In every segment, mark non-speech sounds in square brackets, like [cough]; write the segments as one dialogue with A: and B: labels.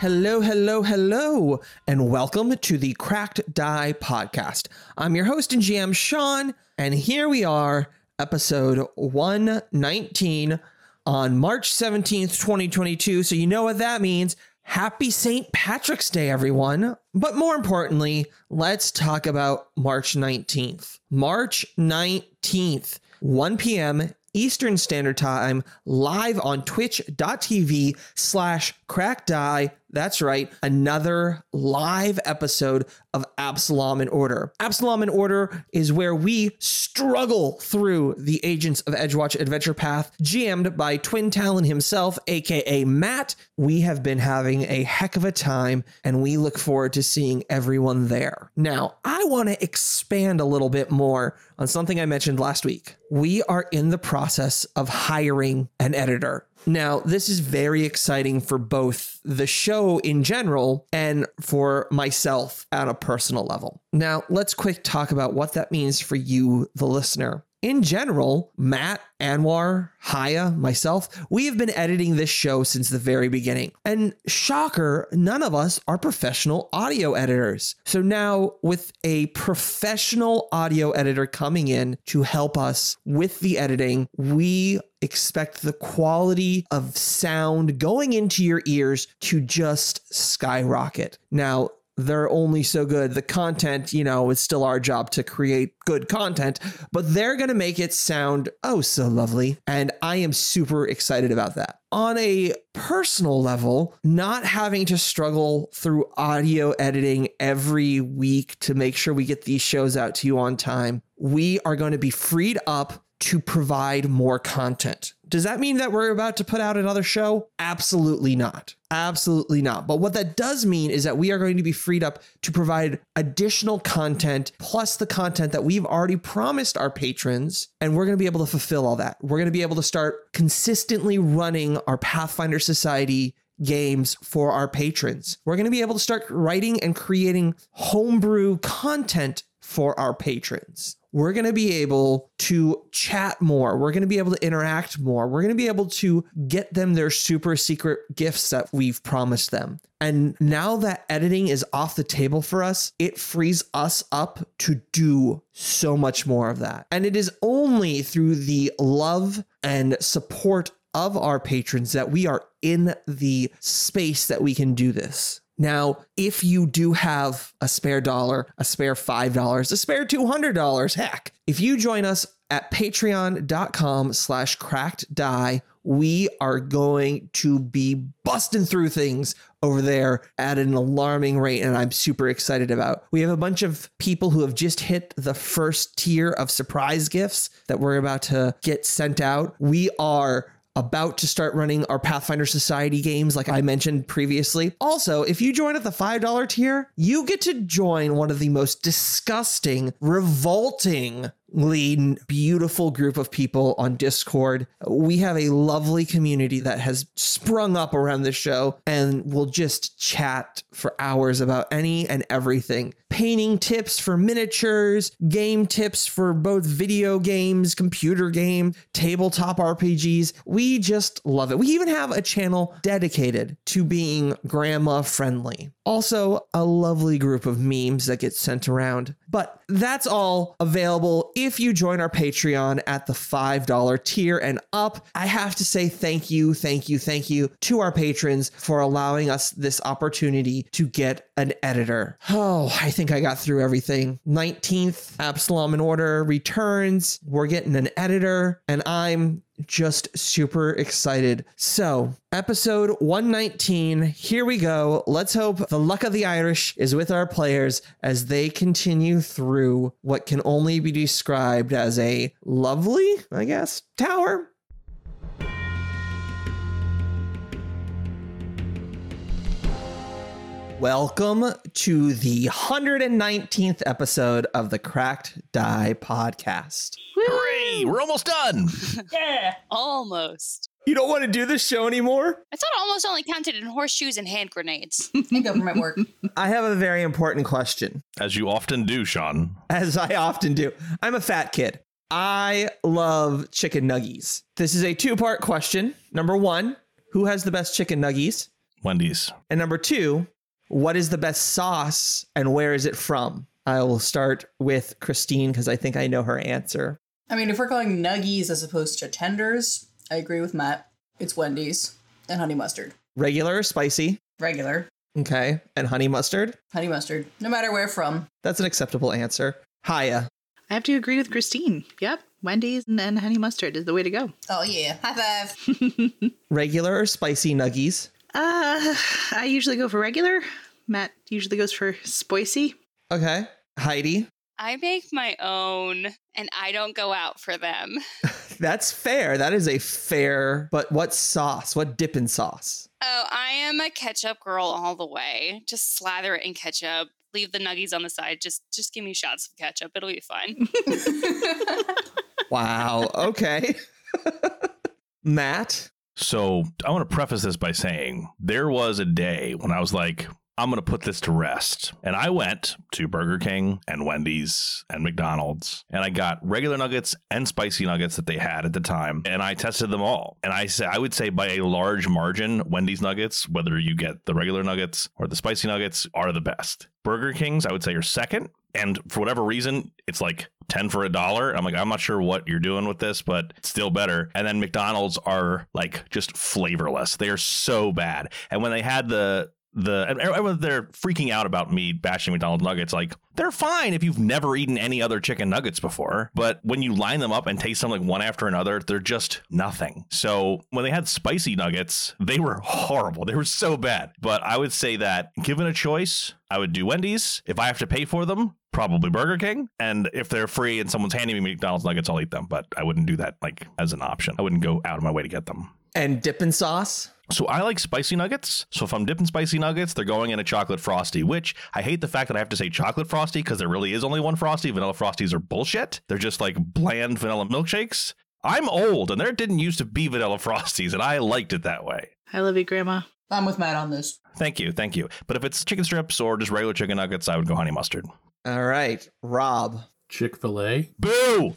A: Hello, hello, hello, and welcome to the Cracked Die Podcast. I'm your host and GM, Sean, and here we are, episode 119 on March 17th, 2022. So, you know what that means. Happy St. Patrick's Day, everyone. But more importantly, let's talk about March 19th. March 19th, 1 p.m. Eastern Standard Time, live on twitch.tv slash crackdie. That's right, another live episode of Absalom in Order. Absalom in Order is where we struggle through the Agents of Edgewatch adventure path, GM'd by Twin Talon himself, aka Matt. We have been having a heck of a time, and we look forward to seeing everyone there. Now, I want to expand a little bit more on something I mentioned last week. We are in the process of hiring an editor. Now, this is very exciting for both the show in general and for myself on a personal level. Now, let's quick talk about what that means for you, the listener. In general, Matt, Anwar, Haya, myself, we have been editing this show since the very beginning. And shocker, none of us are professional audio editors. So now, with a professional audio editor coming in to help us with the editing, we expect the quality of sound going into your ears to just skyrocket. Now, they're only so good. The content, you know, it's still our job to create good content, but they're going to make it sound oh so lovely. And I am super excited about that. On a personal level, not having to struggle through audio editing every week to make sure we get these shows out to you on time, we are going to be freed up to provide more content. Does that mean that we're about to put out another show? Absolutely not. Absolutely not. But what that does mean is that we are going to be freed up to provide additional content plus the content that we've already promised our patrons. And we're going to be able to fulfill all that. We're going to be able to start consistently running our Pathfinder Society games for our patrons. We're going to be able to start writing and creating homebrew content for our patrons. We're going to be able to chat more. We're going to be able to interact more. We're going to be able to get them their super secret gifts that we've promised them. And now that editing is off the table for us, it frees us up to do so much more of that. And it is only through the love and support of our patrons that we are in the space that we can do this. Now, if you do have a spare dollar, a spare $5, a spare $200, heck, if you join us at patreon.com slash cracked die, we are going to be busting through things over there at an alarming rate and I'm super excited about. We have a bunch of people who have just hit the first tier of surprise gifts that we're about to get sent out. We are about to start running our Pathfinder Society games, like I mentioned previously. Also, if you join at the $5 tier, you get to join one of the most disgusting, revoltingly beautiful group of people on Discord. We have a lovely community that has sprung up around this show and will just chat for hours about any and everything painting tips for miniatures, game tips for both video games, computer game, tabletop RPGs. We just love it. We even have a channel dedicated to being grandma friendly. Also, a lovely group of memes that get sent around. But that's all available if you join our Patreon at the $5 tier and up. I have to say thank you, thank you, thank you to our patrons for allowing us this opportunity to get an editor. Oh, I think I got through everything. 19th, Absalom in Order returns. We're getting an editor, and I'm just super excited. So, episode 119, here we go. Let's hope the luck of the Irish is with our players as they continue through what can only be described as a lovely, I guess, tower. Welcome to the 119th episode of the Cracked Die Podcast.
B: Hooray! We're almost done.
C: Yeah. Almost.
A: You don't want to do this show anymore?
C: I thought almost only counted in horseshoes and hand [laughs] grenades.
D: and government work.
A: I have a very important question,
B: As you often do, Sean.
A: as I often do. I'm a fat kid. I love chicken nuggies. This is a two part question. Number one, who has the best chicken nuggies?
B: Wendy's.
A: And number two, what is the best sauce and where is it from? I will start with Christine because I think I know her answer.
D: I mean, if we're calling nuggies as opposed to tenders, I agree with Matt. It's Wendy's and honey mustard.
A: Regular, or spicy,
D: Regular
A: okay, and honey mustard.
D: honey mustard, no matter where from.
A: That's an acceptable answer. Haya,
E: I have to agree with Christine. Yep, Wendy's and, and honey mustard is the way to go.
D: Oh yeah, high five. [laughs]
A: regular or spicy nuggies?
E: Uh, I usually go for regular. Matt usually goes for spicy.
A: Okay. Heidi,
C: I make my own and I don't go out for them.
A: that's fair. That is a fair, but what sauce? What dipping sauce?
C: Oh, I am a ketchup girl all the way. Just slather it in ketchup. Leave the nuggies on the side. Just just give me shots of ketchup. It'll be fine.
A: Wow. [laughs] Okay. Matt,
B: So I want to preface this by saying there was a day when I was like, I'm going to put this to rest. And I went to Burger King and Wendy's and McDonald's and I got regular nuggets and spicy nuggets that they had at the time. And I tested them all. And I say, I would say by a large margin, Wendy's nuggets, whether you get the regular nuggets or the spicy nuggets, are the best. Burger King's, I would say, are second. And for whatever reason, it's like 10 for a dollar. I'm like, I'm not sure what you're doing with this, but it's still better. And then McDonald's are like just flavorless. They are so bad. And when they had the the and everyone they're freaking out about me bashing McDonald's nuggets like they're fine if you've never eaten any other chicken nuggets before but when you line them up and taste them like one after another they're just nothing so when they had spicy nuggets they were horrible they were so bad but I would say that given a choice I would do Wendy's if I have to pay for them probably Burger King and if they're free and someone's handing me McDonald's nuggets I'll eat them but I wouldn't do that like as an option I wouldn't go out of my way to get them
A: and dipping sauce?
B: so I like spicy nuggets. So if I'm dipping spicy nuggets, they're going in a chocolate frosty, which I hate the fact that I have to say chocolate frosty because there really is only one frosty. Vanilla frosties are bullshit. They're just like bland vanilla milkshakes. I'm old and there didn't used to be vanilla [laughs] frosties and I liked it that way.
E: I love you, Grandma.
D: I'm with Matt on this.
B: Thank you, thank you. But if it's chicken strips or just regular chicken nuggets, I would go honey mustard.
A: All right. Rob.
F: Chick fil A.
B: Boo!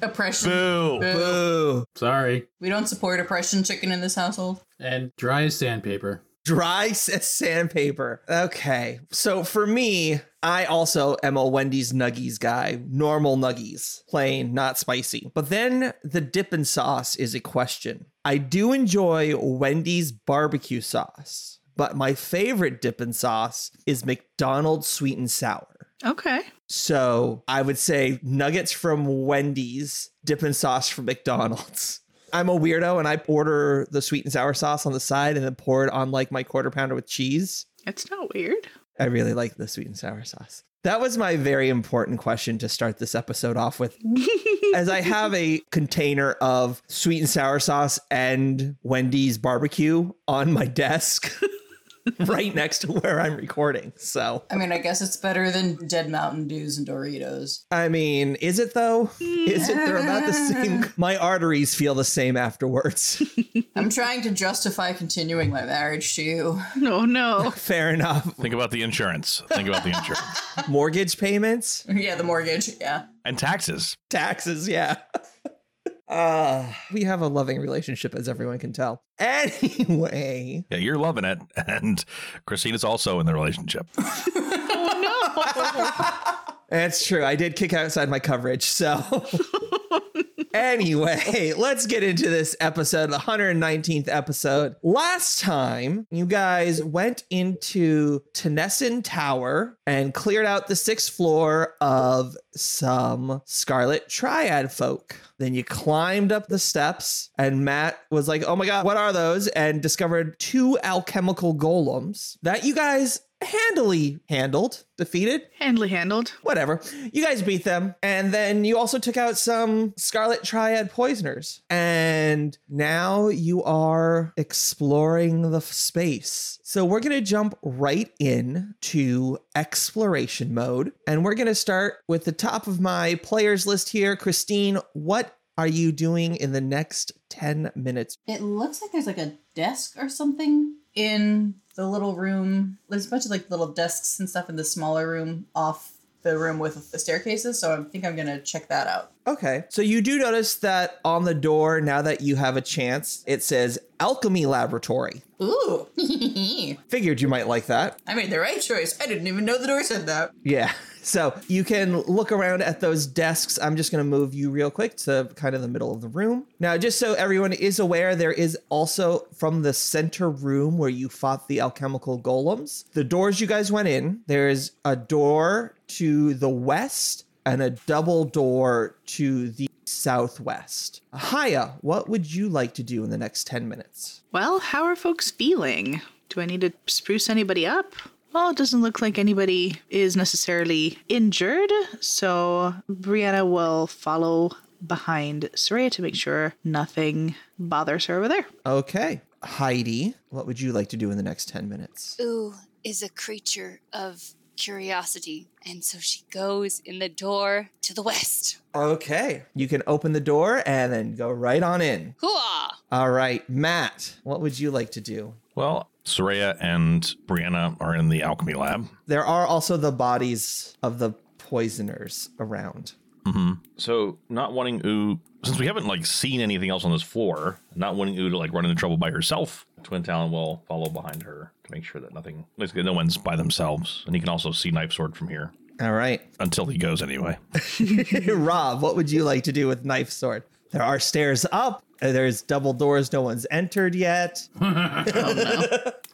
D: Oppression.
B: Boo!
D: Boo.
A: Boo.
F: Sorry.
D: We don't support oppression chicken in this household.
F: And dry as sandpaper.
A: Dry s- uh, sandpaper. Okay. So for me, I also am a Wendy's Nuggies guy. Normal Nuggies, plain, not spicy. But then the dipping sauce is a question. I do enjoy Wendy's barbecue sauce, but my favorite dipping sauce is McDonald's sweet and sour.
E: Okay.
A: So I would say nuggets from Wendy's, dipping sauce from McDonald's. [laughs] I'm a weirdo and I order the sweet and sour sauce on the side and then pour it on like my quarter pounder with cheese.
E: It's not weird. [laughs]
A: I really like the sweet and sour sauce. That was my very important question to start this episode off with.
E: Oh,
A: As I have a [laughs] container of sweet and sour sauce and Wendy's barbecue on my desk [laughs] right next to where I'm recording. So,
D: I mean, I guess it's better than dead Mountain Dews and Doritos.
A: I mean, is it though? Is it? They're about the same. My arteries feel the same afterwards. [laughs]
D: I'm trying to justify continuing my marriage to [laughs] you.
E: No, no.
A: Fair enough.
B: Think about the insurance. Think about the insurance.
A: Mortgage payments,
D: yeah, the mortgage. Yeah.
B: And taxes.
A: taxes, yeah. [laughs] Uh, we have a loving relationship, as everyone can tell. [laughs] Anyway,
B: Yeah, you're loving it. And Christina's also in the relationship.
A: that's true. I did kick outside my coverage. So, anyway, let's get into this episode, the 119th episode. Last time, you guys went into Tennyson Tower and cleared out the sixth floor of some Scarlet Triad folk. Then you climbed up the steps, and Matt was like, Oh my God, what are those? And discovered two alchemical golems that you guys handily handled, defeated
E: Handily handled.
A: whatever. You guys beat them. And then you also took out some Scarlet Triad poisoners. And now you are exploring the f- space. So we're going to jump right in to exploration mode. And we're going to start with the top of my players list here. Christine, what are you doing in the next 10 minutes?
D: It looks like there's like a desk or something in the little room. There's a bunch of like little desks and stuff in the smaller room off the room with the staircases, so I think I'm gonna check that out.
A: Okay. So you do notice that on the door, now that you have a chance, it says Alchemy Laboratory.
D: Ooh, [laughs]
A: Figured you might like that.
D: I made the right choice. I didn't even know the door said that.
A: Yeah. [laughs] So you can look around at those desks. I'm just going to move you real quick to kind of the middle of the room. Now, just so everyone is aware, there is also from the center room where you fought the alchemical golems, the doors you guys went in, there is a door to the west and a double door to the southwest. Haya, what would you like to do in the next 10 minutes?
E: Well, how are folks feeling? Do I need to spruce anybody up? Well, it doesn't look like anybody is necessarily injured, so Brianna will follow behind Soraya to make sure nothing bothers her over there.
A: Okay. Heidi, what would you like to do in the next 10 minutes?
C: [laughs] Ooh is a creature of curiosity. And so she goes in the door to the west.
A: Okay. You can open the door and then go right on in.
C: Hooah!
A: All right, Matt, what would you like to do?
B: Well, Soraya and Brianna are in the alchemy lab.
A: There are also the bodies of the poisoners around.
B: Mm-hmm. So, not wanting Ooh, since we haven't like seen anything else on this floor, not wanting Ooh to like run into trouble by herself, Twin Talon will follow behind her to make sure that nothing, basically, no one's by themselves. And he can also see Knife Sword from here
A: All right. [laughs]
B: until he goes anyway.
A: Rob, what would you like to do with knife sword? There are stairs up. uh, There's double doors no one's entered yet. [laughs]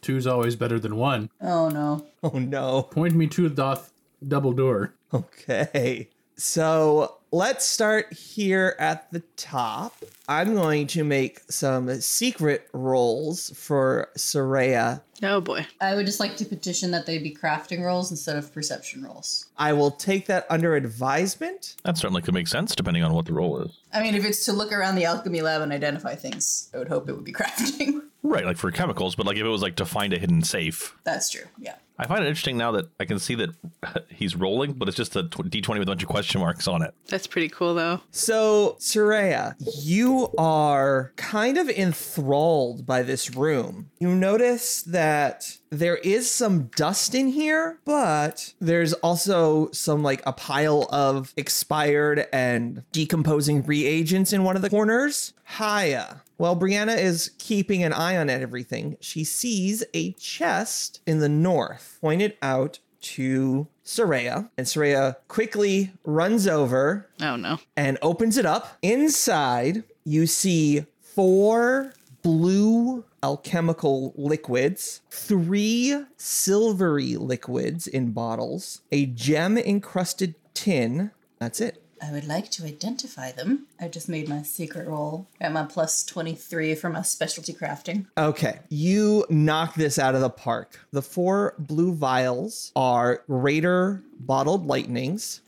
F: Two's always better than one.
D: Oh no.
A: Oh no. [laughs]
F: Point me to doth double door.
A: Okay. So, let's start here at the top. I'm going to make some secret rolls for Soraya
E: Oh boy.
D: I would just like to petition that they be crafting rolls instead of perception rolls.
A: I will take that under advisement.
B: That certainly could make sense depending on what the role is.
D: I mean, if it's to look around the alchemy lab and identify things, I would hope it would be [laughs] crafting.
B: Right, like for chemicals, but like if it was like to find a hidden safe.
D: That's true. Yeah.
B: I find it interesting now that I can see that [laughs] he's rolling, but it's just a tw- D20 with a bunch of question marks on it.
E: That's pretty cool though.
A: So, Soraya, you are kind of enthralled by this room. You notice that there is some dust in here, but there's also some like a pile of expired and decomposing reagents in one of the corners. Haya. While Brianna is keeping an eye on everything, she sees a chest in the north pointed out to Soraya, and Soraya quickly runs over
E: Oh no.
A: and opens it up. Inside, you see four blue alchemical liquids, three silvery liquids in bottles, a gem encrusted tin. That's it.
D: I would like to identify them. I just made my secret roll. Got my plus 23 for my specialty crafting.
A: Okay, you knock this out of the park. The four blue vials are Raider bottled lightnings,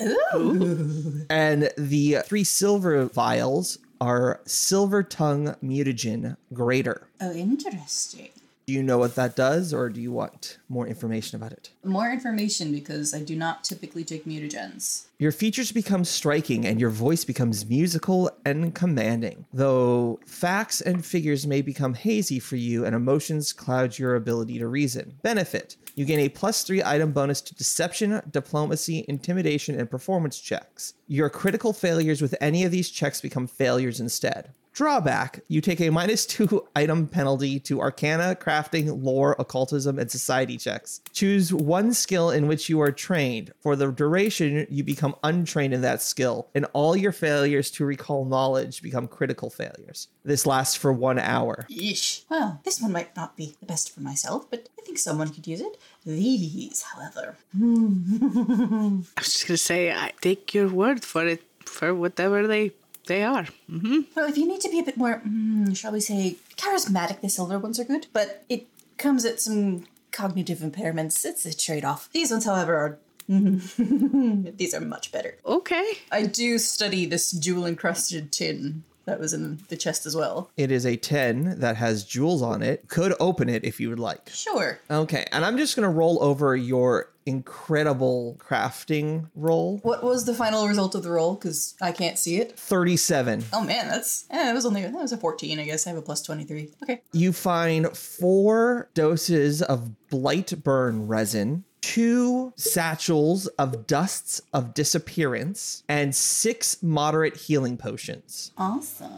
A: [laughs] and the three silver vials are Silver Tongue Mutagen Greater.
D: Oh, interesting.
A: Do you know what that does, or do you want more information about it?
D: More information because I do not typically take mutagens.
A: Your features become striking and your voice becomes musical and commanding, though facts and figures may become hazy for you and emotions cloud your ability to reason. Benefit You gain a plus three item bonus to deception, diplomacy, intimidation, and performance checks. Your critical failures with any of these checks become failures instead. Drawback You take a minus two [laughs] item penalty to arcana, crafting, lore, occultism, and society checks. Choose one skill in which you are trained. For the duration, you become untrained in that skill, and all your failures to recall knowledge become critical failures. This lasts for one hour.
D: Yeesh. Well, this one might not be the best for myself, but I think someone could use it. These, however.
E: I was just gonna say I take your word for it for whatever they they are.
D: Well, if you need to be a bit more, mm, shall we say, charismatic, the silver ones are good, but it comes at some cognitive impairments. It's a trade off. These ones, however, are. [laughs] These are much better.
E: Okay.
D: I do study this jewel encrusted tin that was in the chest as well.
A: It is a 10 that has jewels on it. Could open it if you would like.
D: Sure.
A: Okay, and I'm just going to roll over your incredible crafting roll
D: What was the final result of the roll? Because I can't see it.
A: 37.
D: Oh man, that's eh, that was only that was a fourteen. I guess I have a plus twenty three. Okay.
A: you find four doses of blight burn resin, two satchels of dusts of disappearance, and six moderate healing potions.
D: Awesome.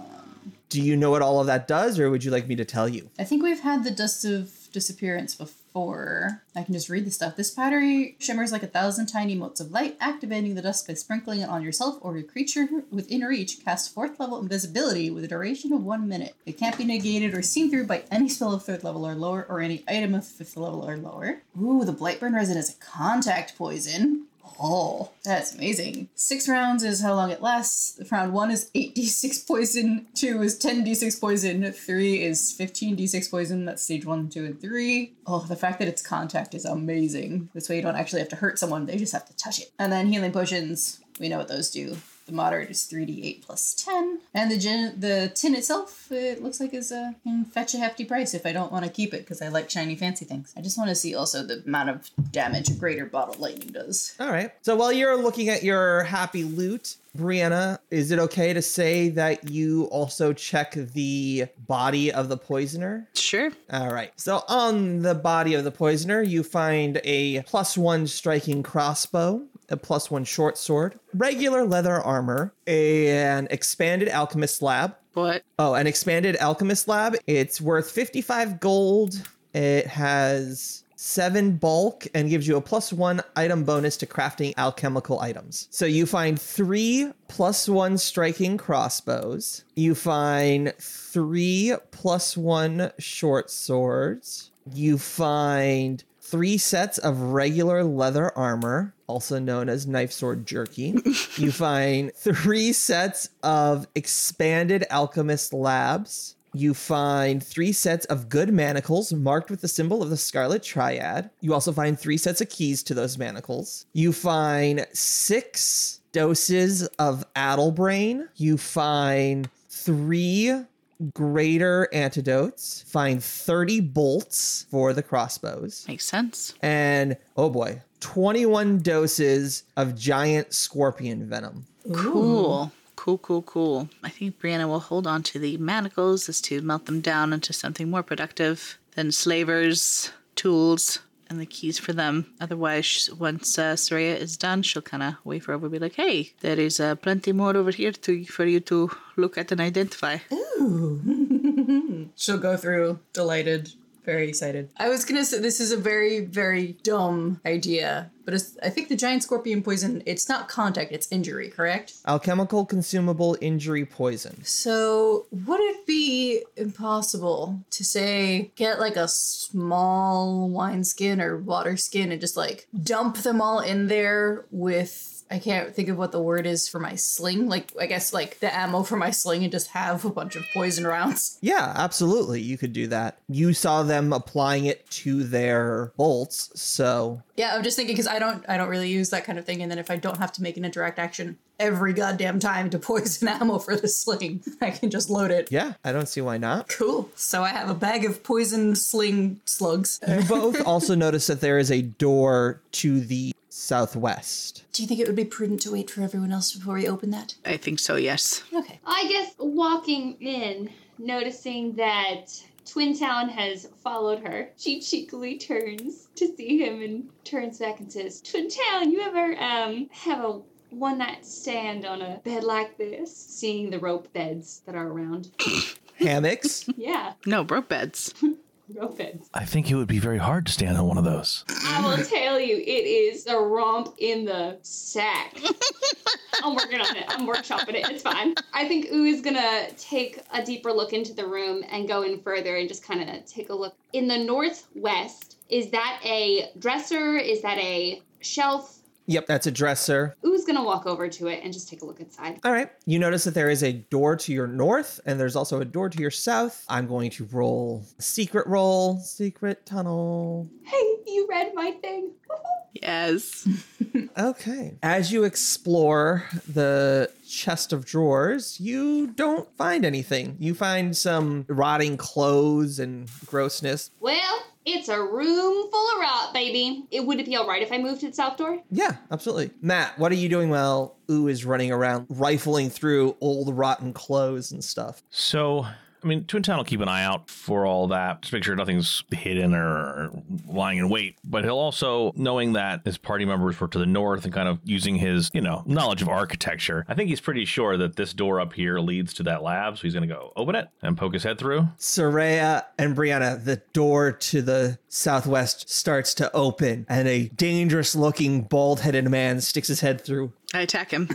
A: Do you know what all of that does, or would you like me to tell you?
D: I think we've had the dust of disappearance before. I can just read the stuff. This powdery shimmers like a thousand tiny motes of light, activating the dust by sprinkling it on yourself or your creature within reach. Cast fourth level invisibility with a duration of one minute. It can't be negated or seen through by any spell of third level or lower, or any item of fifth level or lower. Ooh, the Blightburn resin is a contact poison. Oh, that's amazing. Six rounds is how long it lasts. Round one is 8d6 poison, two is 10d6 poison, three is 15d6 poison. That's stage one, two, and three. Oh, the fact that it's contact is amazing. This way you don't actually have to hurt someone, they just have to touch it. And then healing potions, we know what those do. The moderate is 3d8 plus 10. And the gin, the tin itself, it looks like is a can fetch a hefty price if I don't want to keep it because I like shiny fancy things. I just want to see also the amount of damage a greater bottle lightning does.
A: All right. So while you're looking at your happy loot, Brianna, is it okay to say that you also check the body of the poisoner?
E: Sure.
A: All right. So on the body of the poisoner, you find a plus one striking crossbow, a plus one short sword, regular leather armor, an expanded alchemist lab.
E: What?
A: Oh, an expanded alchemist lab. It's worth 55 gold. It has seven bulk and gives you a plus one item bonus to crafting alchemical items. So you find three plus one striking crossbows. You find three plus one short swords. You find three sets of regular leather armor, also known as knife sword jerky. you find three sets of expanded alchemist labs. You find three sets of good manacles marked with the symbol of the Scarlet Triad. You also find three sets of keys to those manacles. You find six doses of Addlebrain. You find three greater antidotes. Find 30 bolts for the crossbows
E: Makes sense.
A: and oh boy, 21 doses of giant scorpion venom.
E: Cool. Cool, cool, cool. I think Brianna will hold on to the manacles as to melt them down into something more productive than slavers, tools, and the keys for them. Otherwise, sh- once uh, Soraya is done, she'll kind of wave her over and be like, hey, there is uh, plenty more over here to, for you to look at and identify.
D: She'll go through, delighted, very excited. I was gonna say this is a very, very dumb idea, but it's, I think the giant scorpion poison, it's not contact, it's injury, correct?
A: Alchemical consumable injury poison.
D: So, would it be impossible to say get like a small wineskin or water skin and just like dump them all in there with I can't think of what the word is for my sling, like I guess like the ammo for my sling and just have a bunch of poison rounds.
A: Yeah, absolutely. You could do that. You saw them applying it to their bolts, so
D: Yeah, I'm just thinking cuz I don't I don't really use that kind of thing and then if I don't have to make an interact action every goddamn time to poison [laughs] ammo for the sling, [laughs] I can just load it.
A: yeah, I don't see why not.
D: Cool. So I have a bag of poison sling [laughs] slugs.
A: You both also notice that there is a door to the southwest.
D: Do you think it would be prudent to wait for everyone else before we open that?
E: I think so, yes.
D: Okay.
G: I guess walking in, noticing that Twin Town has followed her, she cheekily turns to see him and turns back and says, "Twin Town, you ever um have a one night stand on a bed like this? Seeing the rope beds that are around, [coughs]
A: Hammocks?
G: yeah,
E: No, broke [laughs] beds.
G: rope beds.
B: I think it would be very hard to stand on one of those.
G: I will tell you, it is a romp in the sack. I'm working on it. I'm workshopping it. It's fine. I think Ooh is gonna take a deeper look into the room and go in further and just kind of take a look. In the northwest, is that a dresser? Is that a shelf?
A: yep, that's a dresser.
G: Ooh's gonna walk over to it and just take a look inside.
A: All right. You notice that there is a door to your north and there's also a door to your south. I'm going to roll secret roll, secret tunnel.
G: Hey, you read my thing.
E: Yes.
A: Okay. As you explore the chest of drawers, you don't find anything. You find some rotting clothes and grossness.
G: well, it's a room full of rot, baby. It would it be all right if I moved to the south door?
A: Yeah, absolutely. Matt, what are you doing while Ooh is running around rifling through old rotten clothes and stuff?
B: So I mean, Toontown will keep an eye out for all that to make sure nothing's hidden or lying in wait. But he'll also, knowing that his party members were to the north and kind of using his, you know, knowledge of architecture, I think he's pretty sure that this door up here leads to that lab. So he's going to go open it and poke his head through.
A: Soraya and Brianna, the door to the southwest starts to open, and a dangerous looking, bald headed man sticks his head through.
E: I attack [laughs] him.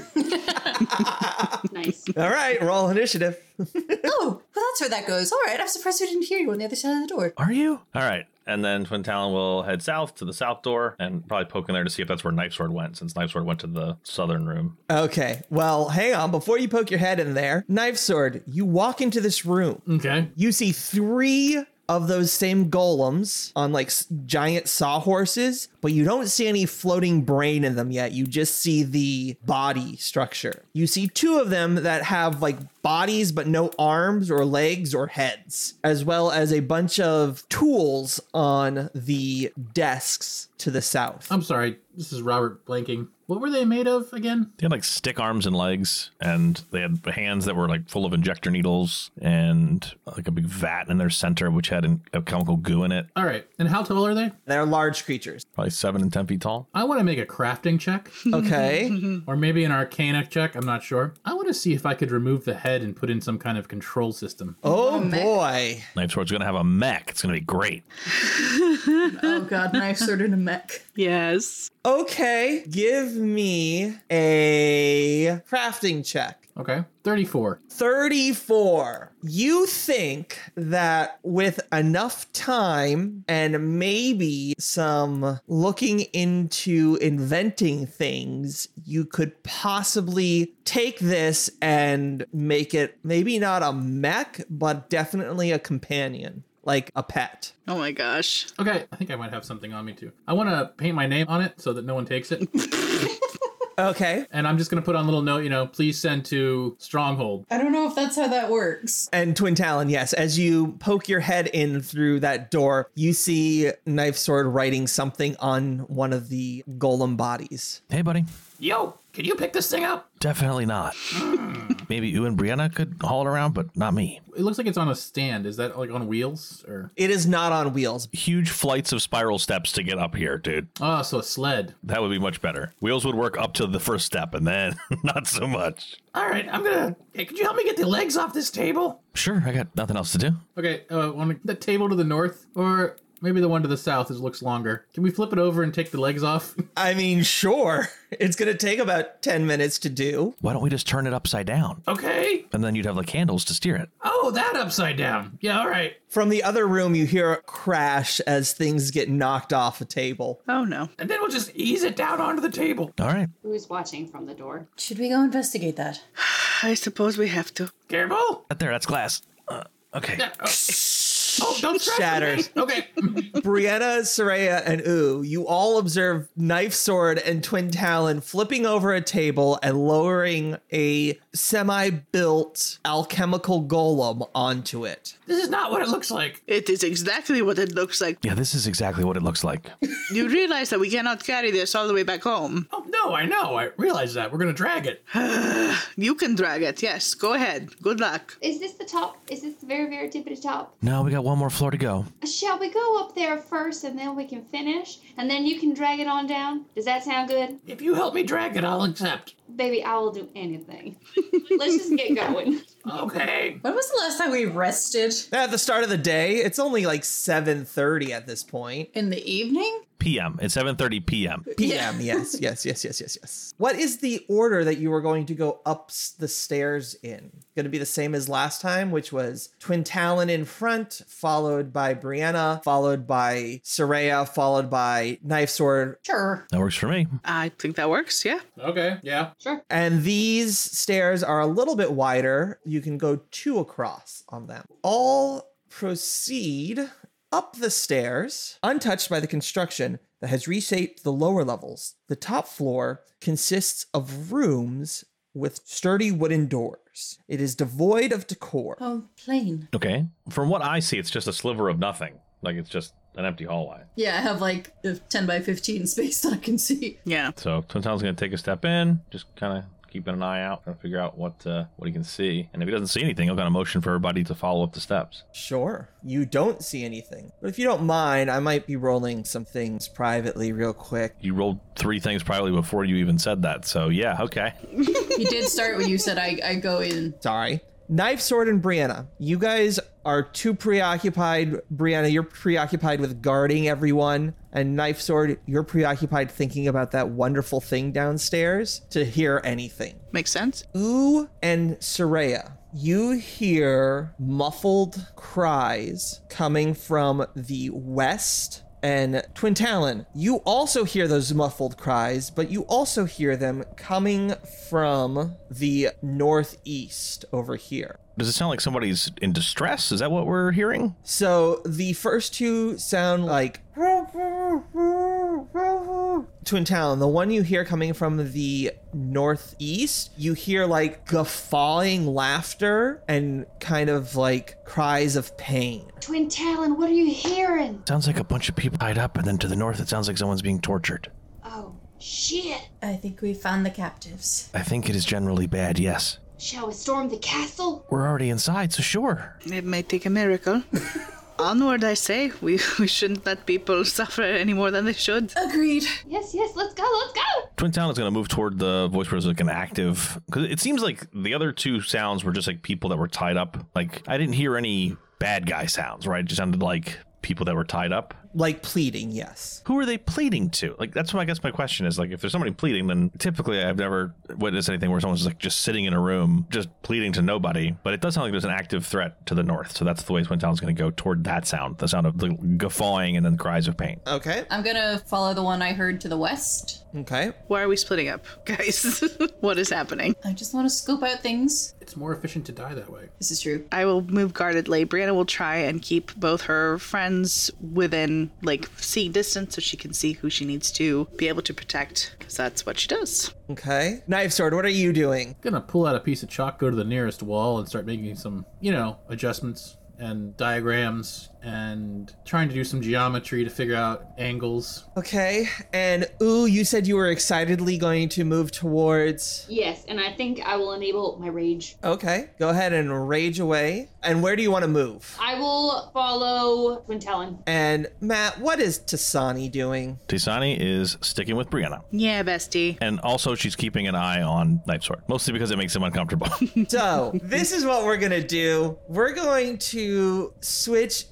G: Nice.
A: [laughs] All right, roll initiative.
D: Oh, well, that's where that goes. All right, I'm surprised we didn't hear you on the other side of the door.
B: Are you? All right. And then Twin Talon will head south to the south door and probably poke in there to see if that's where Knife Sword went, since Knife Sword went to the southern room.
A: Okay, well, hang on. Before you poke your head in there, Knife Sword, you walk into this room.
F: Okay.
A: You see three of those same golems on like s- giant sawhorses, but you don't see any floating brain in them yet. You just see the body structure. You see two of them that have like bodies but no arms or legs or heads, as well as a bunch of tools on the desks to the south.
F: I'm sorry. This is Robert blanking. What were they made of again?
B: They had like stick arms and legs, and they had hands that were like full of injector needles and like a big vat in their center, which had an, a chemical goo in it,
F: All right. And how tall are they?
A: They're large
B: [laughs]
A: creatures.
B: probably seven and 10 feet tall.
F: I want to make a crafting check
A: Okay.
F: or maybe an arcana check. I'm not sure. I want to see if I could remove the head and put in some kind of control system.
A: oh boy.
B: Knife Sword's going to have a mech. It's going to be great.
D: [laughs] Oh, God, knife sword in a mech.
E: yes.
A: Okay. Give me a crafting check.
F: Okay. 34.
A: 34. You think that with enough time and maybe some looking into inventing things, you could possibly take this and make it maybe not a mech, but definitely a companion, like a pet.
E: Oh my gosh.
F: Okay. I think I might have something on me too. I want to paint my name on it so that no one takes it.
A: Okay.
F: and I'm just going to put on a little note, you know, please send to Stronghold.
D: I don't know if that's how that works.
A: And Twin Talon, yes. As you poke your head in through that door, you see Knife Sword writing something on one of the golem bodies.
B: Hey, buddy.
F: Yo, can you pick this thing up?
B: Definitely not. Maybe you and Brianna could haul it around, but not me.
F: It looks like it's on a stand. Is that like on wheels or?
A: It is not on wheels.
B: Huge flights of spiral steps to get up here, dude.
F: Oh, so a sled.
B: That would be much better. Wheels would work up to the first step and then [laughs] not so much.
F: All right, I'm gonna. Hey, could you help me get the legs off this table?
B: Sure, I got nothing else to do.
F: Okay, uh, on the table to the north, or maybe the one to the south, is looks longer. Can we flip it over and take the legs off? [laughs]
A: I mean, sure. [laughs] It's going to take about 10 minutes to do.
B: Why don't we just turn it upside down?
F: okay.
B: And then you'd have like handles to steer it.
F: Oh, that upside down. Yeah. All right.
A: From the other room, you hear a crash as things get knocked off a table. [laughs]
E: Oh no.
F: And then we'll just ease it down onto the table.
B: All right.
G: Who's watching from the door?
D: Should we go investigate that?
E: I suppose we have to.
F: Careful.
B: Right there, that's glass. Uh, okay.
F: Yeah. Oh, oh, don't stretch
A: Shatters.
F: me. Okay.
A: Brianna, Soraya, and Ooh, you all observe Knife Sword and Twin Talon flipping over a table and lowering a semi built alchemical golem onto it.
F: [laughs] this is not what it looks like.
E: It is exactly what it looks like.
B: Yeah, this is exactly what it looks like.
E: You realize that we cannot carry this all the way back home.
F: Oh no, I know. I realize that. We're gonna drag it.
E: You can drag it. Yes. Go ahead. Good luck.
G: Is this the top? Is this the very, very tip of the top?
B: No, we got one more floor to go.
G: Shall we go up there first and then we can finish? And then you can drag it on down? Does that sound good?
F: If you help me drag it, I'll accept.
G: Baby, I will do anything. [laughs] Let's just get going.
F: Okay.
D: When was the last time we rested?
A: At the start of the day, it's only like 7:30 at this point.
D: In the evening?
B: PM. It's 7:30 p.m.
A: [laughs] PM. Yes, yes, yes, yes, yes, yes. What is the order that you were going to go up s- the stairs in? Going to be the same as last time, which was Twin Talon in front, followed by Brianna, followed by Soraya, followed by Knife Sword.
D: Sure.
B: That works for me.
E: I think that works. Yeah.
F: Okay. Yeah.
G: Sure.
A: And these stairs are a little bit wider. You can go two across on them. All proceed up the stairs, untouched by the construction that has reshaped the lower levels. The top floor consists of rooms with sturdy wooden doors. It is devoid of decor.
D: Oh, plain.
B: Okay. From what I see, it's just a sliver of nothing. Like it's just an empty hallway.
D: Yeah, I have like a 10 by 15 space that I can see.
E: Yeah.
B: So Twin Town's going to take a step in, just kind of keeping an eye out and figure out what uh, what he can see. And if he doesn't see anything, he'll kind of motion for everybody to follow up the steps.
A: Sure. You don't see anything. But if you don't mind, I might be rolling some things privately real quick.
B: You rolled three things probably before you even said that. So yeah, okay.
H: You did start when you said I, I go in.
A: Sorry. Knife, sword, and Brianna. You guys are too preoccupied. Brianna, you're preoccupied with guarding everyone. And Knife, sword, you're preoccupied thinking about that wonderful thing downstairs to hear anything.
E: Makes sense.
A: Ooh and Soraya, you hear muffled cries coming from the west. And Twin Talon, you also hear those muffled cries, but you also hear them coming from the northeast over here.
B: Does it sound like somebody's in distress? Is that what we're hearing?
A: So the first two sound like Twin Town. The one you hear coming from the northeast, you hear like guffawing laughter and kind of like cries of pain.
G: Twin Talon, what are you hearing?
B: Sounds like a bunch of people tied up, and then to the north, it sounds like someone's being tortured.
G: Oh, shit.
D: I think we found the captives.
B: I think it is generally bad. Yes,
G: Shall we storm the castle?
B: we're already inside, so sure.
E: It may take a [laughs] miracle. Onward, I say. We, [laughs] we shouldn't let people [laughs] suffer any more than they should.
D: Agreed.
G: Yes, yes, let's go, let's go!
B: Twin Town is going to move toward the voice was like an active because it seems like the other two sounds were just like people that were tied up. Like I didn't hear any bad guy sounds, right? It just sounded like people that were tied up.
A: Like pleading, yes.
B: Who are they pleading to? Like that's what I guess my question is. Like if there's somebody pleading, then typically I've never witnessed anything where someone's like just sitting in a room just pleading to nobody. But it does sound like there's an active threat to the north, so that's the way Twin Town's going to go toward that sound, the sound of the guffawing and then cries of pain.
A: Okay.
D: Um,
H: I'm gonna follow the one I heard to the west.
A: Okay.
E: Why are we splitting up, guys? [laughs] what is happening?
H: I just want to scope out things.
F: It's more efficient to die that way.
H: This is true.
E: I will move guardedly. Brianna will try and keep both her friends within like seeing distance so she can see who she needs to be able to protect because that's what she does.
A: Okay. Knife sword, what are you doing?
F: Gonna pull out a piece of chalk, go to the nearest wall, and start making some, you know, adjustments and diagrams and trying to do some geometry to figure out angles.
A: Okay. And ooh, you said you were excitedly going to move towards.
G: Yes, and I think I will enable my rage.
A: Okay. Go ahead and rage away. And where do you want to move?
G: I will follow Twin Talon.
A: And Matt, what is Tasani doing?
B: Tisani is sticking with Brianna.
E: Yeah, bestie.
B: And also, she's keeping an eye on Knife Sword, mostly because it makes him uncomfortable.
A: So, this is what we're going to do. We're going to switch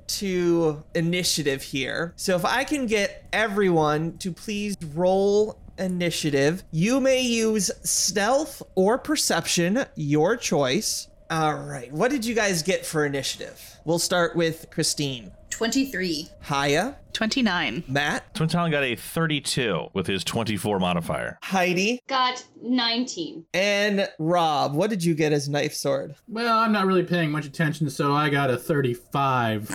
A: into initiative here. So, if I can get everyone to please roll initiative, you may use stealth or perception, your choice. All right. What did you guys get for initiative? We'll start with Christine,
H: 23.
A: Haya,
E: 29.
A: Matt,
B: Twin Talon got a 32 with his 24 modifier.
A: Heidi,
G: Got 19.
A: and Rob. What did you get as knife sword?
F: Well, I'm not really paying much attention, so I got a 35.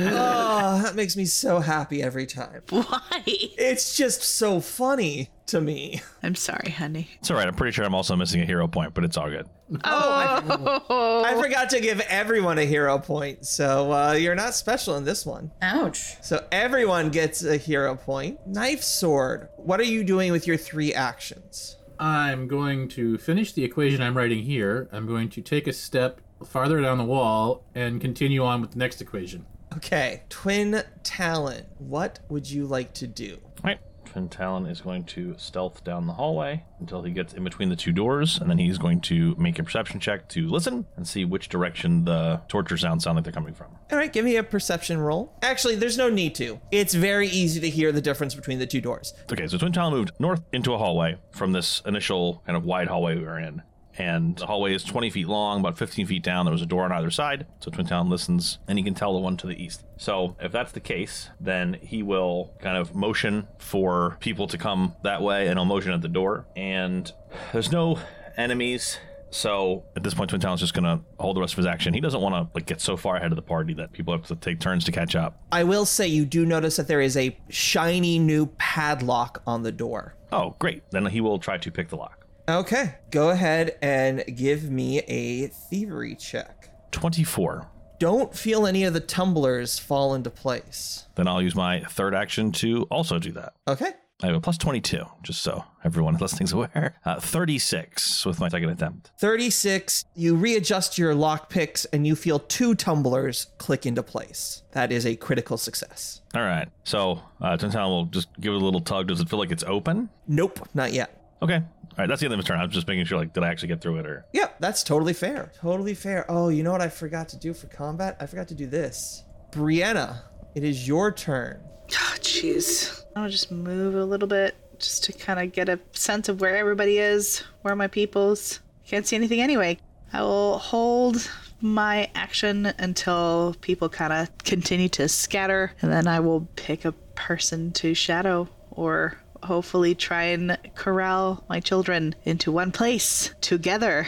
A: Oh, that makes me so happy every time.
E: [laughs] Why?
A: It's just so funny to me.
E: I'm sorry, honey.
B: It's all right. I'm pretty sure I'm also missing a hero point, but it's all good.
A: I forgot to give everyone a hero point, so uh, you're not special in this one.
H: Ouch.
A: So everyone gets a hero point. Knife sword. What are you doing with your three actions?
F: I'm going to finish the equation I'm writing here. I'm going to take a step farther down the wall and continue on with the next equation.
A: Okay, twin talent. What would you like to do?
B: All right. Twin Talon is going to stealth down the hallway until he gets in between the two doors, and then he's going to make a perception check to listen and see which direction the torture sounds sound like they're coming from.
A: All right, give me a perception roll. Actually, there's no need to. It's very easy to hear the difference between the two doors.
B: Okay, so Twin Talon moved north into a hallway from this initial kind of wide hallway we were in. And the hallway is 20 feet long, about 15 feet down. There was a door on either side. So Twin Talon listens, and he can tell the one to the east. So if that's the case, then he will kind of motion for people to come that way, and he'll motion at the door. And there's no enemies. So at this point, Twin Talon's just gonna hold the rest of his action. He doesn't want to like get so far ahead of the party that people have to take turns to catch up.
A: I will say you do notice that there is a shiny new padlock on the door.
B: Oh, great! Then he will try to pick the lock.
A: Okay, go ahead and give me a thievery check.
B: 24.
A: Don't feel any of the tumblers fall into place.
B: Then I'll use my third action to also do that.
A: Okay.
B: I have a plus 22, just so everyone [laughs] listening's aware. Uh, 36 with my second attempt.
A: 36, you readjust your lock picks and you feel two tumblers click into place. That is a critical success.
B: All right. So, uh, Tintown will just give it a little tug. Does it feel like it's open?
A: Nope, not yet.
B: Okay. All right. That's the end of his turn. I was just making sure, like, did I actually get through it or.
A: Yep, that's totally fair. Totally fair. Oh, you know what I forgot to do for combat? I forgot to do this. Brianna, it is your turn.
E: Oh, jeez. I'll just move a little bit just to kind of get a sense of where everybody is. Where are my peoples? Can't see anything anyway. I will hold my action until people kind of continue to scatter, and then I will pick a person to shadow or hopefully try and corral my children into one place together.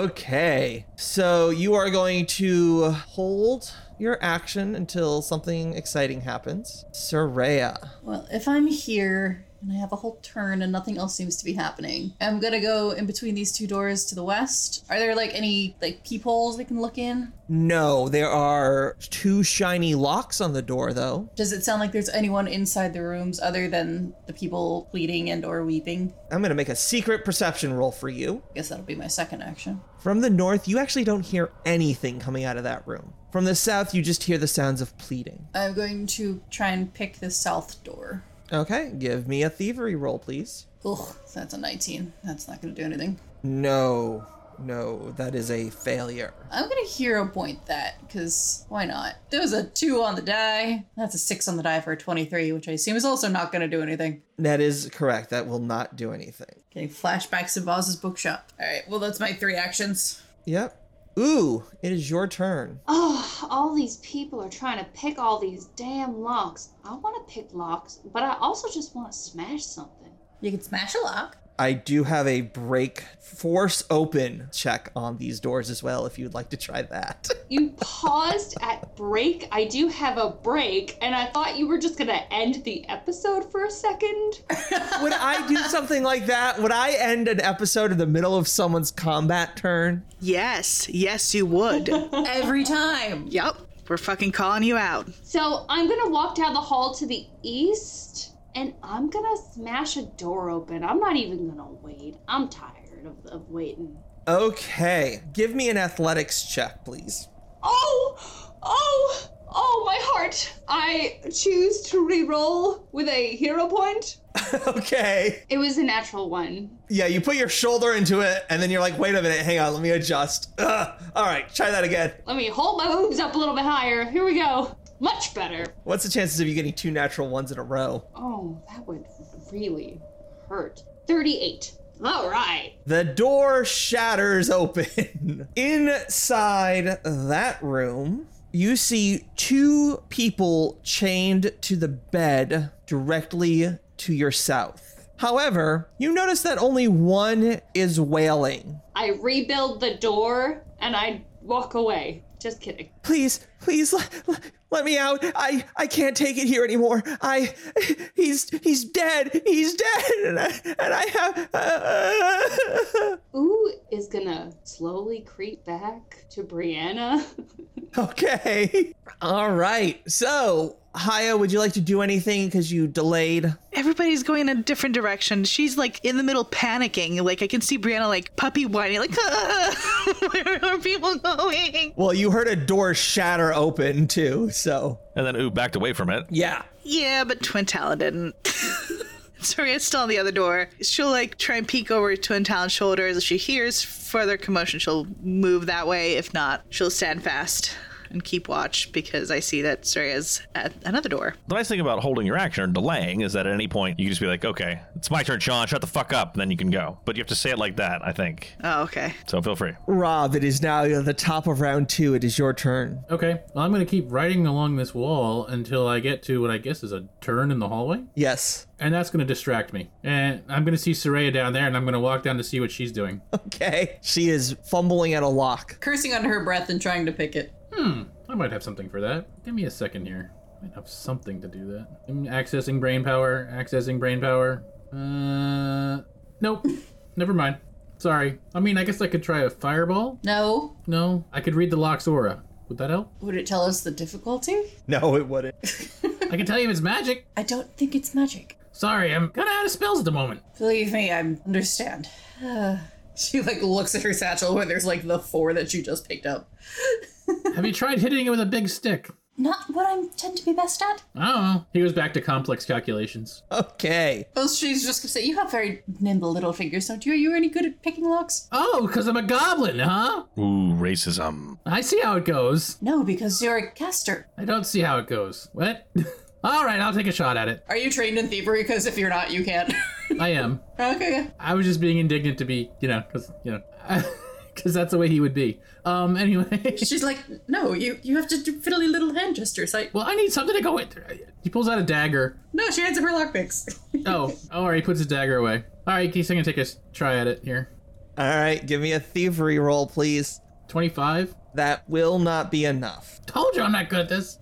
A: Okay. So you are going to hold your action until something exciting happens. Soraya.
H: Well, if I'm here and I have a whole turn and nothing else seems to be happening, I'm gonna go in between these two doors to the west. Are there like any like peepholes we can look in?
A: No, there are two shiny locks on the door, though.
H: Does it sound like there's anyone inside the rooms other than the people pleading and or weeping?
A: I'm going to make a secret perception roll for you.
H: I guess that'll be my second action.
A: From the north, you actually don't hear anything coming out of that room. From the south, you just hear the sounds of pleading.
H: I'm going to try and pick the south door.
A: Okay, give me a thievery roll, please.
H: Ugh, that's a 19. That's not gonna do anything.
A: No, no, that is a failure.
H: I'm gonna hero point that, because why not? There was a 2 on the die. That's a 6 on the die for a 23, which I assume is also not gonna do anything.
A: That is correct. That will not do anything.
H: Okay, flashbacks of Oz's bookshop. Alright, well, that's my three actions.
A: Yep. Ooh, it is your turn.
G: Oh, all these people are trying to pick all these damn locks. I want to pick locks, but I also just want to smash something.
H: You can smash a lock.
A: I do have a break force open check on these doors as well if you'd like to try that. [laughs]
G: You paused at break. I do have a break, and I thought you were just going to end the episode for a second.
A: would I do something like that? Would I end an episode in the middle of someone's combat turn?
E: Yes, yes, you would.
H: Every time.
E: yep, we're fucking calling you out.
G: So I'm going to walk down the hall to the east, and I'm going to smash a door open. I'm not even going to wait. I'm tired of, of waiting.
A: Okay, give me an athletics check, please. [laughs]
G: Oh, oh, oh, my heart. I choose to re-roll with a hero point.
A: okay.
G: It was a natural one.
A: Yeah, you put your shoulder into it, and then you're like, wait a minute, hang on, let me adjust. Ugh. All right, try that again.
G: Let me hold my hooves up a little bit higher. Here we go. Much better.
A: What's the chances of you getting two natural ones in a row?
G: Oh, that would really hurt. 38. All right.
A: The door shatters open. [laughs] Inside that room, you see two people chained to the bed directly to your south. However, you notice that only one is wailing.
G: I rebuild the door and I walk away. Just kidding.
A: Please, please let, let me out. I I can't take it here anymore. I he's he's dead. He's dead. And I, and uh, I have
G: Ooh is gonna slowly creep back to Brianna. [laughs]
A: [laughs] Okay. All right. So, Haya, would you like to do anything because you delayed?
E: Everybody's going in a different direction. She's like in the middle panicking. Like I can see Brianna like puppy whining, like [laughs] "Ah, where are people going?
A: Well, you heard a door shatter open too. So,
B: And then ooh backed away from it.
A: yeah.
E: Yeah, but Twin Talon didn't. [laughs] Sorry, it's still on the other door. She'll like try and peek over Twin Talon's shoulders. If she hears further commotion, she'll move that way. If not, she'll stand fast and keep watch because I see that Soria's at another door.
B: The nice thing about holding your action or delaying is that at any point you can just be like, okay, it's my turn, Sean, shut the fuck up, and then you can go. But you have to say it like that, I think.
E: Oh, okay.
B: So feel free.
A: Rob, it is now the top of round two. It is your turn.
F: Okay, well, I'm going to keep riding along this wall until I get to what I guess is a turn in the hallway.
A: Yes.
F: And that's going to distract me. And I'm going to see Soraya down there, and I'm going to walk down to see what she's doing.
A: Okay. She is fumbling at a lock. [laughs]
H: Cursing under her breath and trying to pick it.
F: Hmm, I might have something for that. Give me a second here. I might have something to do that. I'm accessing brain power, accessing brain power. Uh, nope. Never mind. Sorry. I mean, I guess I could try a fireball.
H: No.
F: No, I could read the lock's aura. Would that help?
H: Would it tell us the difficulty?
A: No, it wouldn't.
F: I can tell you if it's magic.
H: I don't think it's magic.
F: Sorry, I'm kind of out of spells at the moment.
H: Believe me, I understand. [sighs]
D: She like looks at her satchel where there's like the four that she just picked up.
F: Have you tried hitting it with a big stick?
D: Not what I tend to be best at.
F: I don't know. He goes back to complex calculations.
A: Okay.
H: Well, she's just gonna say,
D: You have very nimble little fingers, don't you? Are you any good at picking locks?
F: Oh, because I'm a goblin, huh?
B: Ooh, racism.
F: I see how it goes.
D: No, because you're a caster.
F: I don't see how it goes. What? [laughs] All right, I'll take a shot at it.
H: Are you trained in thievery? Because if you're not, you can't. [laughs]
F: I am.
H: okay.
F: I was just being indignant to be, you know, because you know, [laughs] because that's the way he would be. Um. [laughs] Anyway.
H: She's like, No, you, you have to do fiddly little hand gestures. Like,
F: Well, I need something to go with. He pulls out a dagger.
H: no, she hands up her lockpicks. [laughs]
F: Oh, all right. He puts his dagger away. All right, he's gonna take a s- try at it here.
A: All right. Give me a thievery roll, please.
F: Twenty-five.
A: That will not be enough.
F: Told you I'm not good at this.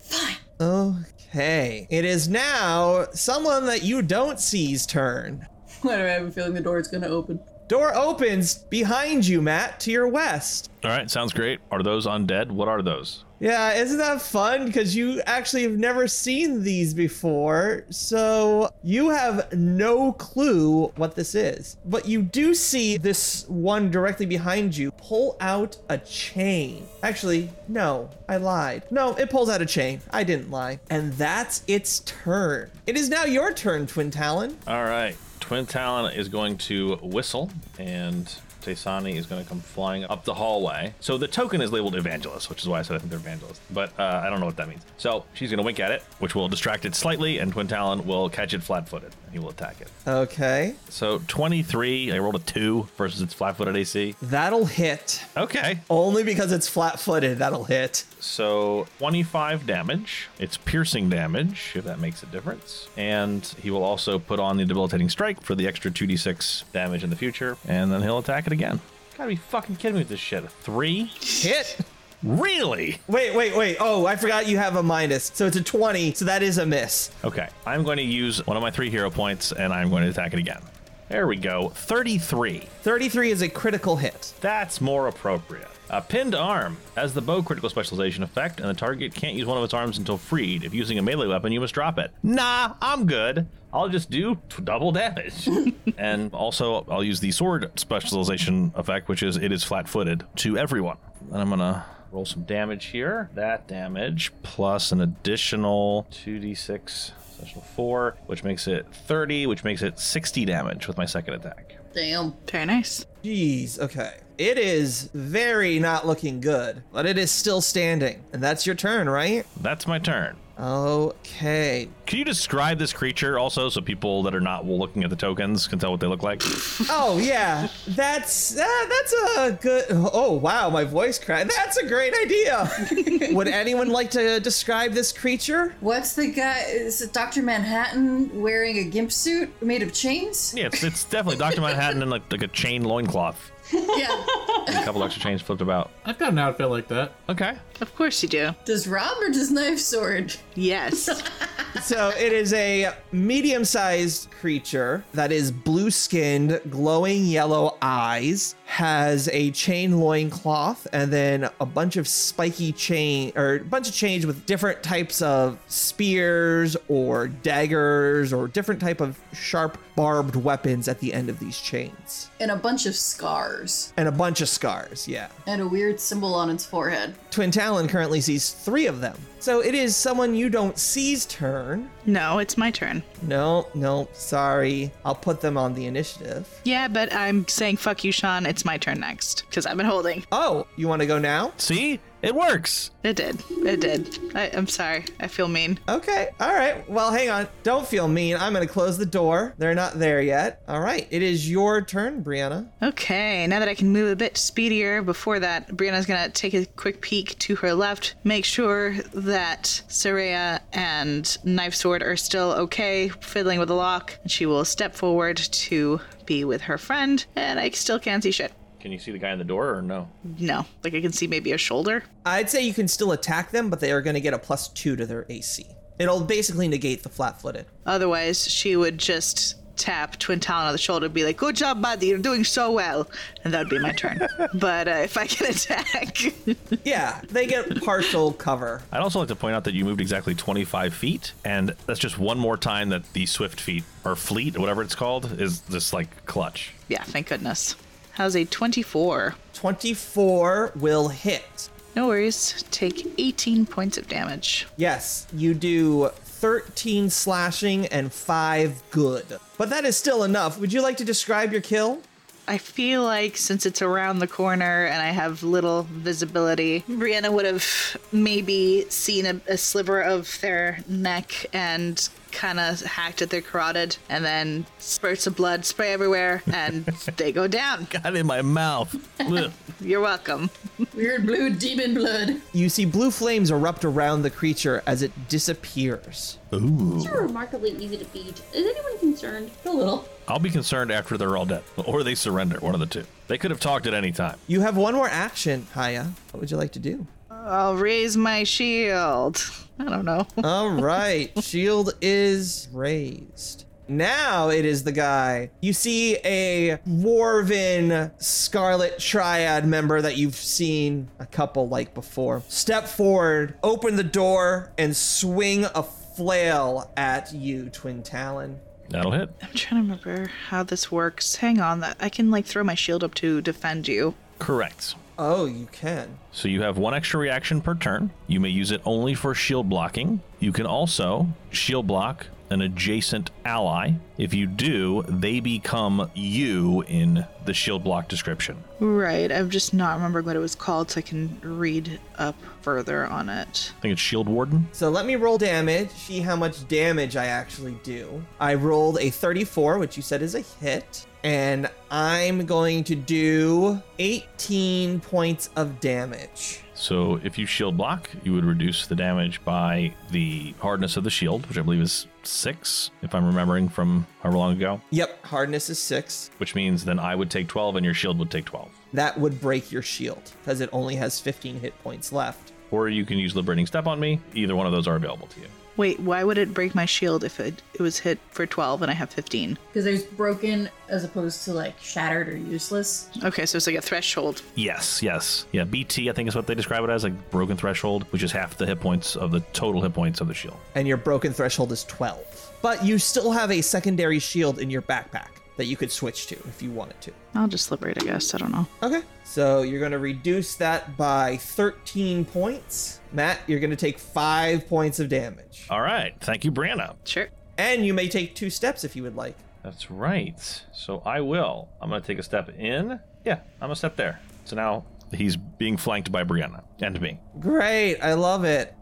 A: Okay. It is now someone that you don't see's turn.
H: Why do I have a feeling the door is gonna open?
A: Door opens behind you, Matt, to your west.
B: All right, sounds great. Are those undead? What are those?
A: Yeah, isn't that fun? Because you actually have never seen these before, so you have no clue what this is. But you do see this one directly behind you pull out a chain. Actually, no, I lied. No, it pulls out a chain. I didn't lie. And that's its turn. It is now your turn, Twin Talon.
B: All right, Twin Talon is going to whistle, and Taysani is going to come flying up the hallway. So the token is labeled Evangelist, which is why I said I think they're Evangelist, but uh, I don't know what that means. So she's going to wink at it, which will distract it slightly, and Twin Talon will catch it flat-footed, and he will attack it.
A: Okay.
B: So 23, I rolled a 2 versus its flat-footed AC.
A: That'll hit.
B: Okay,
A: Only because it's flat footed, that'll hit.
B: So 25 damage. It's piercing damage, if that makes a difference. And he will also put on the debilitating strike for the extra 2d6 damage in the future. And then he'll attack it again. Gotta be fucking kidding me with this shit. A three?
A: Hit.
B: Really?
A: Wait, wait, wait. Oh, I forgot you have a minus. So it's a 20, so that is a miss.
B: Okay. I'm going to use one of my three hero points and I'm going to attack it again. There we go. 33.
A: 33 is a critical hit.
B: That's more appropriate. A pinned arm has the bow critical specialization effect, and the target can't use one of its arms until freed. If using a melee weapon, you must drop it. Nah, I'm good. I'll just do t- double damage. and also, I'll use the sword specialization effect, which is it is flat footed to everyone. And I'm gonna roll some damage here. That damage plus an additional 2d6 special 4, which makes it 30, which makes it 60 damage with my second attack.
H: Damn.
E: Very nice.
A: Jeez, okay. It is very not looking good, but it is still standing. And that's your turn, right?
B: That's my turn.
A: Okay.
B: Can you describe this creature also so people that are not looking at the tokens can tell what they look [laughs] like?
A: Oh yeah, that's uh, that's a good. Oh wow, my voice cracked. That's a great idea. [laughs] Would anyone like to describe this creature?
H: What's the guy? Is it Dr. Manhattan wearing a gimp suit made of chains?
B: yeah, it's, it's definitely Dr. Manhattan in like, like a chain loincloth.
H: Yeah.
B: And a couple extra chains flipped about.
F: I've got an outfit like that.
B: Okay.
E: Of course you do.
H: Does Rob or does Knife Sword?
E: Yes.
A: So it is a medium sized creature that is blue skinned, glowing yellow eyes, has a chain loincloth, and then a bunch of spiky chain or a bunch of chains with different types of spears or daggers or different type of sharp barbed weapons at the end of these chains.
H: And a bunch of scars.
A: And a bunch of scars, yeah.
H: And a weird symbol on its forehead.
A: Twin Talon currently sees three of them. So it is someone you don't see's turn.
E: no, it's my turn.
A: No, no, sorry. I'll put them on the initiative.
E: Yeah, but I'm saying fuck you, Sean. It's my turn next because I've been holding.
A: Oh, you want to go now?
B: See? It works.
E: It did. It did. I, I'm sorry. I feel mean.
A: Okay, all right. Well, hang on. Don't feel mean. I'm going to close the door. They're not there yet. All right, it is your turn, Brianna.
E: Okay, now that I can move a bit speedier, before that, Brianna's gonna take a quick peek to her left, make sure that Saraya and Knife Sword are still okay, fiddling with the lock, and she will step forward to be with her friend, and I still can't see shit.
B: Can you see the guy in the door or no?
E: No, like I can see maybe a shoulder.
A: I'd say you can still attack them, but they are going to get a plus two to their AC. It'll basically negate the flat footed.
E: Otherwise, she would just tap Twin Talon on the shoulder and be like, Good job, buddy, you're doing so well. And that would be my turn. but uh, if I can attack,
A: Yeah, they get partial cover.
B: I'd also like to point out that you moved exactly 25 feet, and that's just one more time that the swift feet or fleet, or whatever it's called, is just like [laughs] clutch.
E: [laughs] yeah, thank goodness. How's a 24?
A: 24 will hit.
E: No worries. Take 18 points of damage.
A: Yes, you do 13 slashing and 5 good. But that is still enough. Would you like to describe your kill?
E: I feel like since it's around the corner and I have little visibility, Brianna would have maybe seen a, a sliver of their neck and kind of hacked at their carotid and then spurts of blood spray everywhere and they go down.
B: Got in my [laughs] mouth. Ugh.
E: You're welcome.
H: Weird blue demon blood.
A: You see blue flames erupt around the creature as it disappears.
G: They're remarkably easy to beat. Is anyone concerned?
H: A little.
B: I'll be concerned after they're all dead, or they surrender, one of the two. They could have talked at any time.
A: You have one more action, Haya. What would you like to do?
E: I'll raise my shield. I don't know.
A: All right, shield is raised. Now it is the guy. You see a dwarven scarlet triad member that you've seen a couple like before. Step forward, open the door, and swing a flail at you, Twin Talon.
B: That'll hit.
E: I'm trying to remember how this works. Hang on, that I can like throw my shield up to defend you.
B: Correct.
A: Oh, you can.
B: So you have one extra reaction per turn. You may use it only for shield blocking. You can also shield block an adjacent ally. If you do, they become you in the shield block description.
E: Right, I'm just not remembering what it was called, so I can read up further on it.
B: I think it's shield warden.
A: So let me roll damage, see how much damage I actually do. I rolled a 34, which you said is a hit, and I'm going to do 18 points of damage.
B: So if you shield block, you would reduce the damage by the hardness of the shield, which I believe is six, if I'm remembering from however long ago,
A: Yep, hardness is 6.
B: which means then I would take 12 and your shield would take 12.
A: That would break your shield because it only has 15 hit points left.
B: Or you can use liberating step on me. Either one of those are available to you.
E: Wait, why would it break my shield if it, it was hit for 12 and I have 15?
H: Because there's broken as opposed to like shattered or useless.
E: Okay, so it's like a threshold.
B: Yes, yes. Yeah, BT, I think is what they describe it as, like broken threshold, which is half the hit points of the total hit points of the shield.
A: And your broken threshold is 12. But you still have a secondary shield in your backpack that you could switch to if you wanted to.
E: I'll just liberate, I guess. I don't know.
A: Okay. So you're going to reduce that by 13 points. Matt, you're going to take five points of damage.
B: All right. Thank you, Brianna.
E: Sure.
A: And you may take two steps if you would like.
B: That's right. So I will. I'm going to take a step in. Yeah, I'm going to step there. So now he's being flanked by Brianna and me.
A: Great. I love it.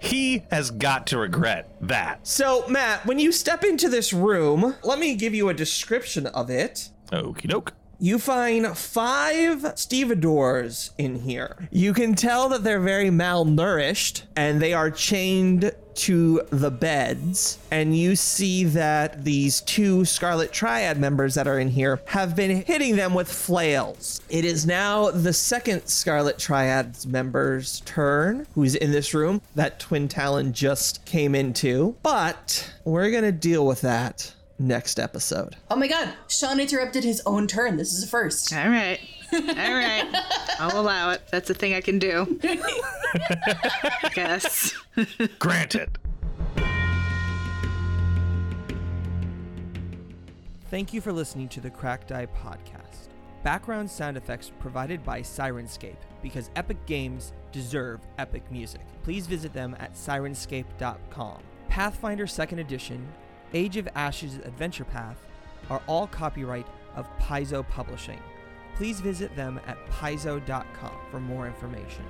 B: He has got to regret that.
A: So, Matt, when you step into this room, let me give you a description of it.
B: Okie doke.
A: You find five stevedores in here. You can tell that they're very malnourished and they are chained to the beds. And you see that these two Scarlet Triad members that are in here have been hitting them with flails. It is now the second Scarlet Triad's member's turn, who's in this room that Twin Talon just came into. But we're going to deal with that next episode.
H: Oh my god, Sean interrupted his own turn. This is a first.
E: All right. All right. I'll allow it. That's a thing I can do. I guess.
B: Granted.
A: Thank you for listening to the Crack Die podcast. Background sound effects provided by Sirenscape because epic games deserve epic music. Please visit them at sirenscape.com. Pathfinder 2nd Edition, Age of Ashes Adventure Path are all copyright of Paizo Publishing. Please visit them at paizo.com for more information.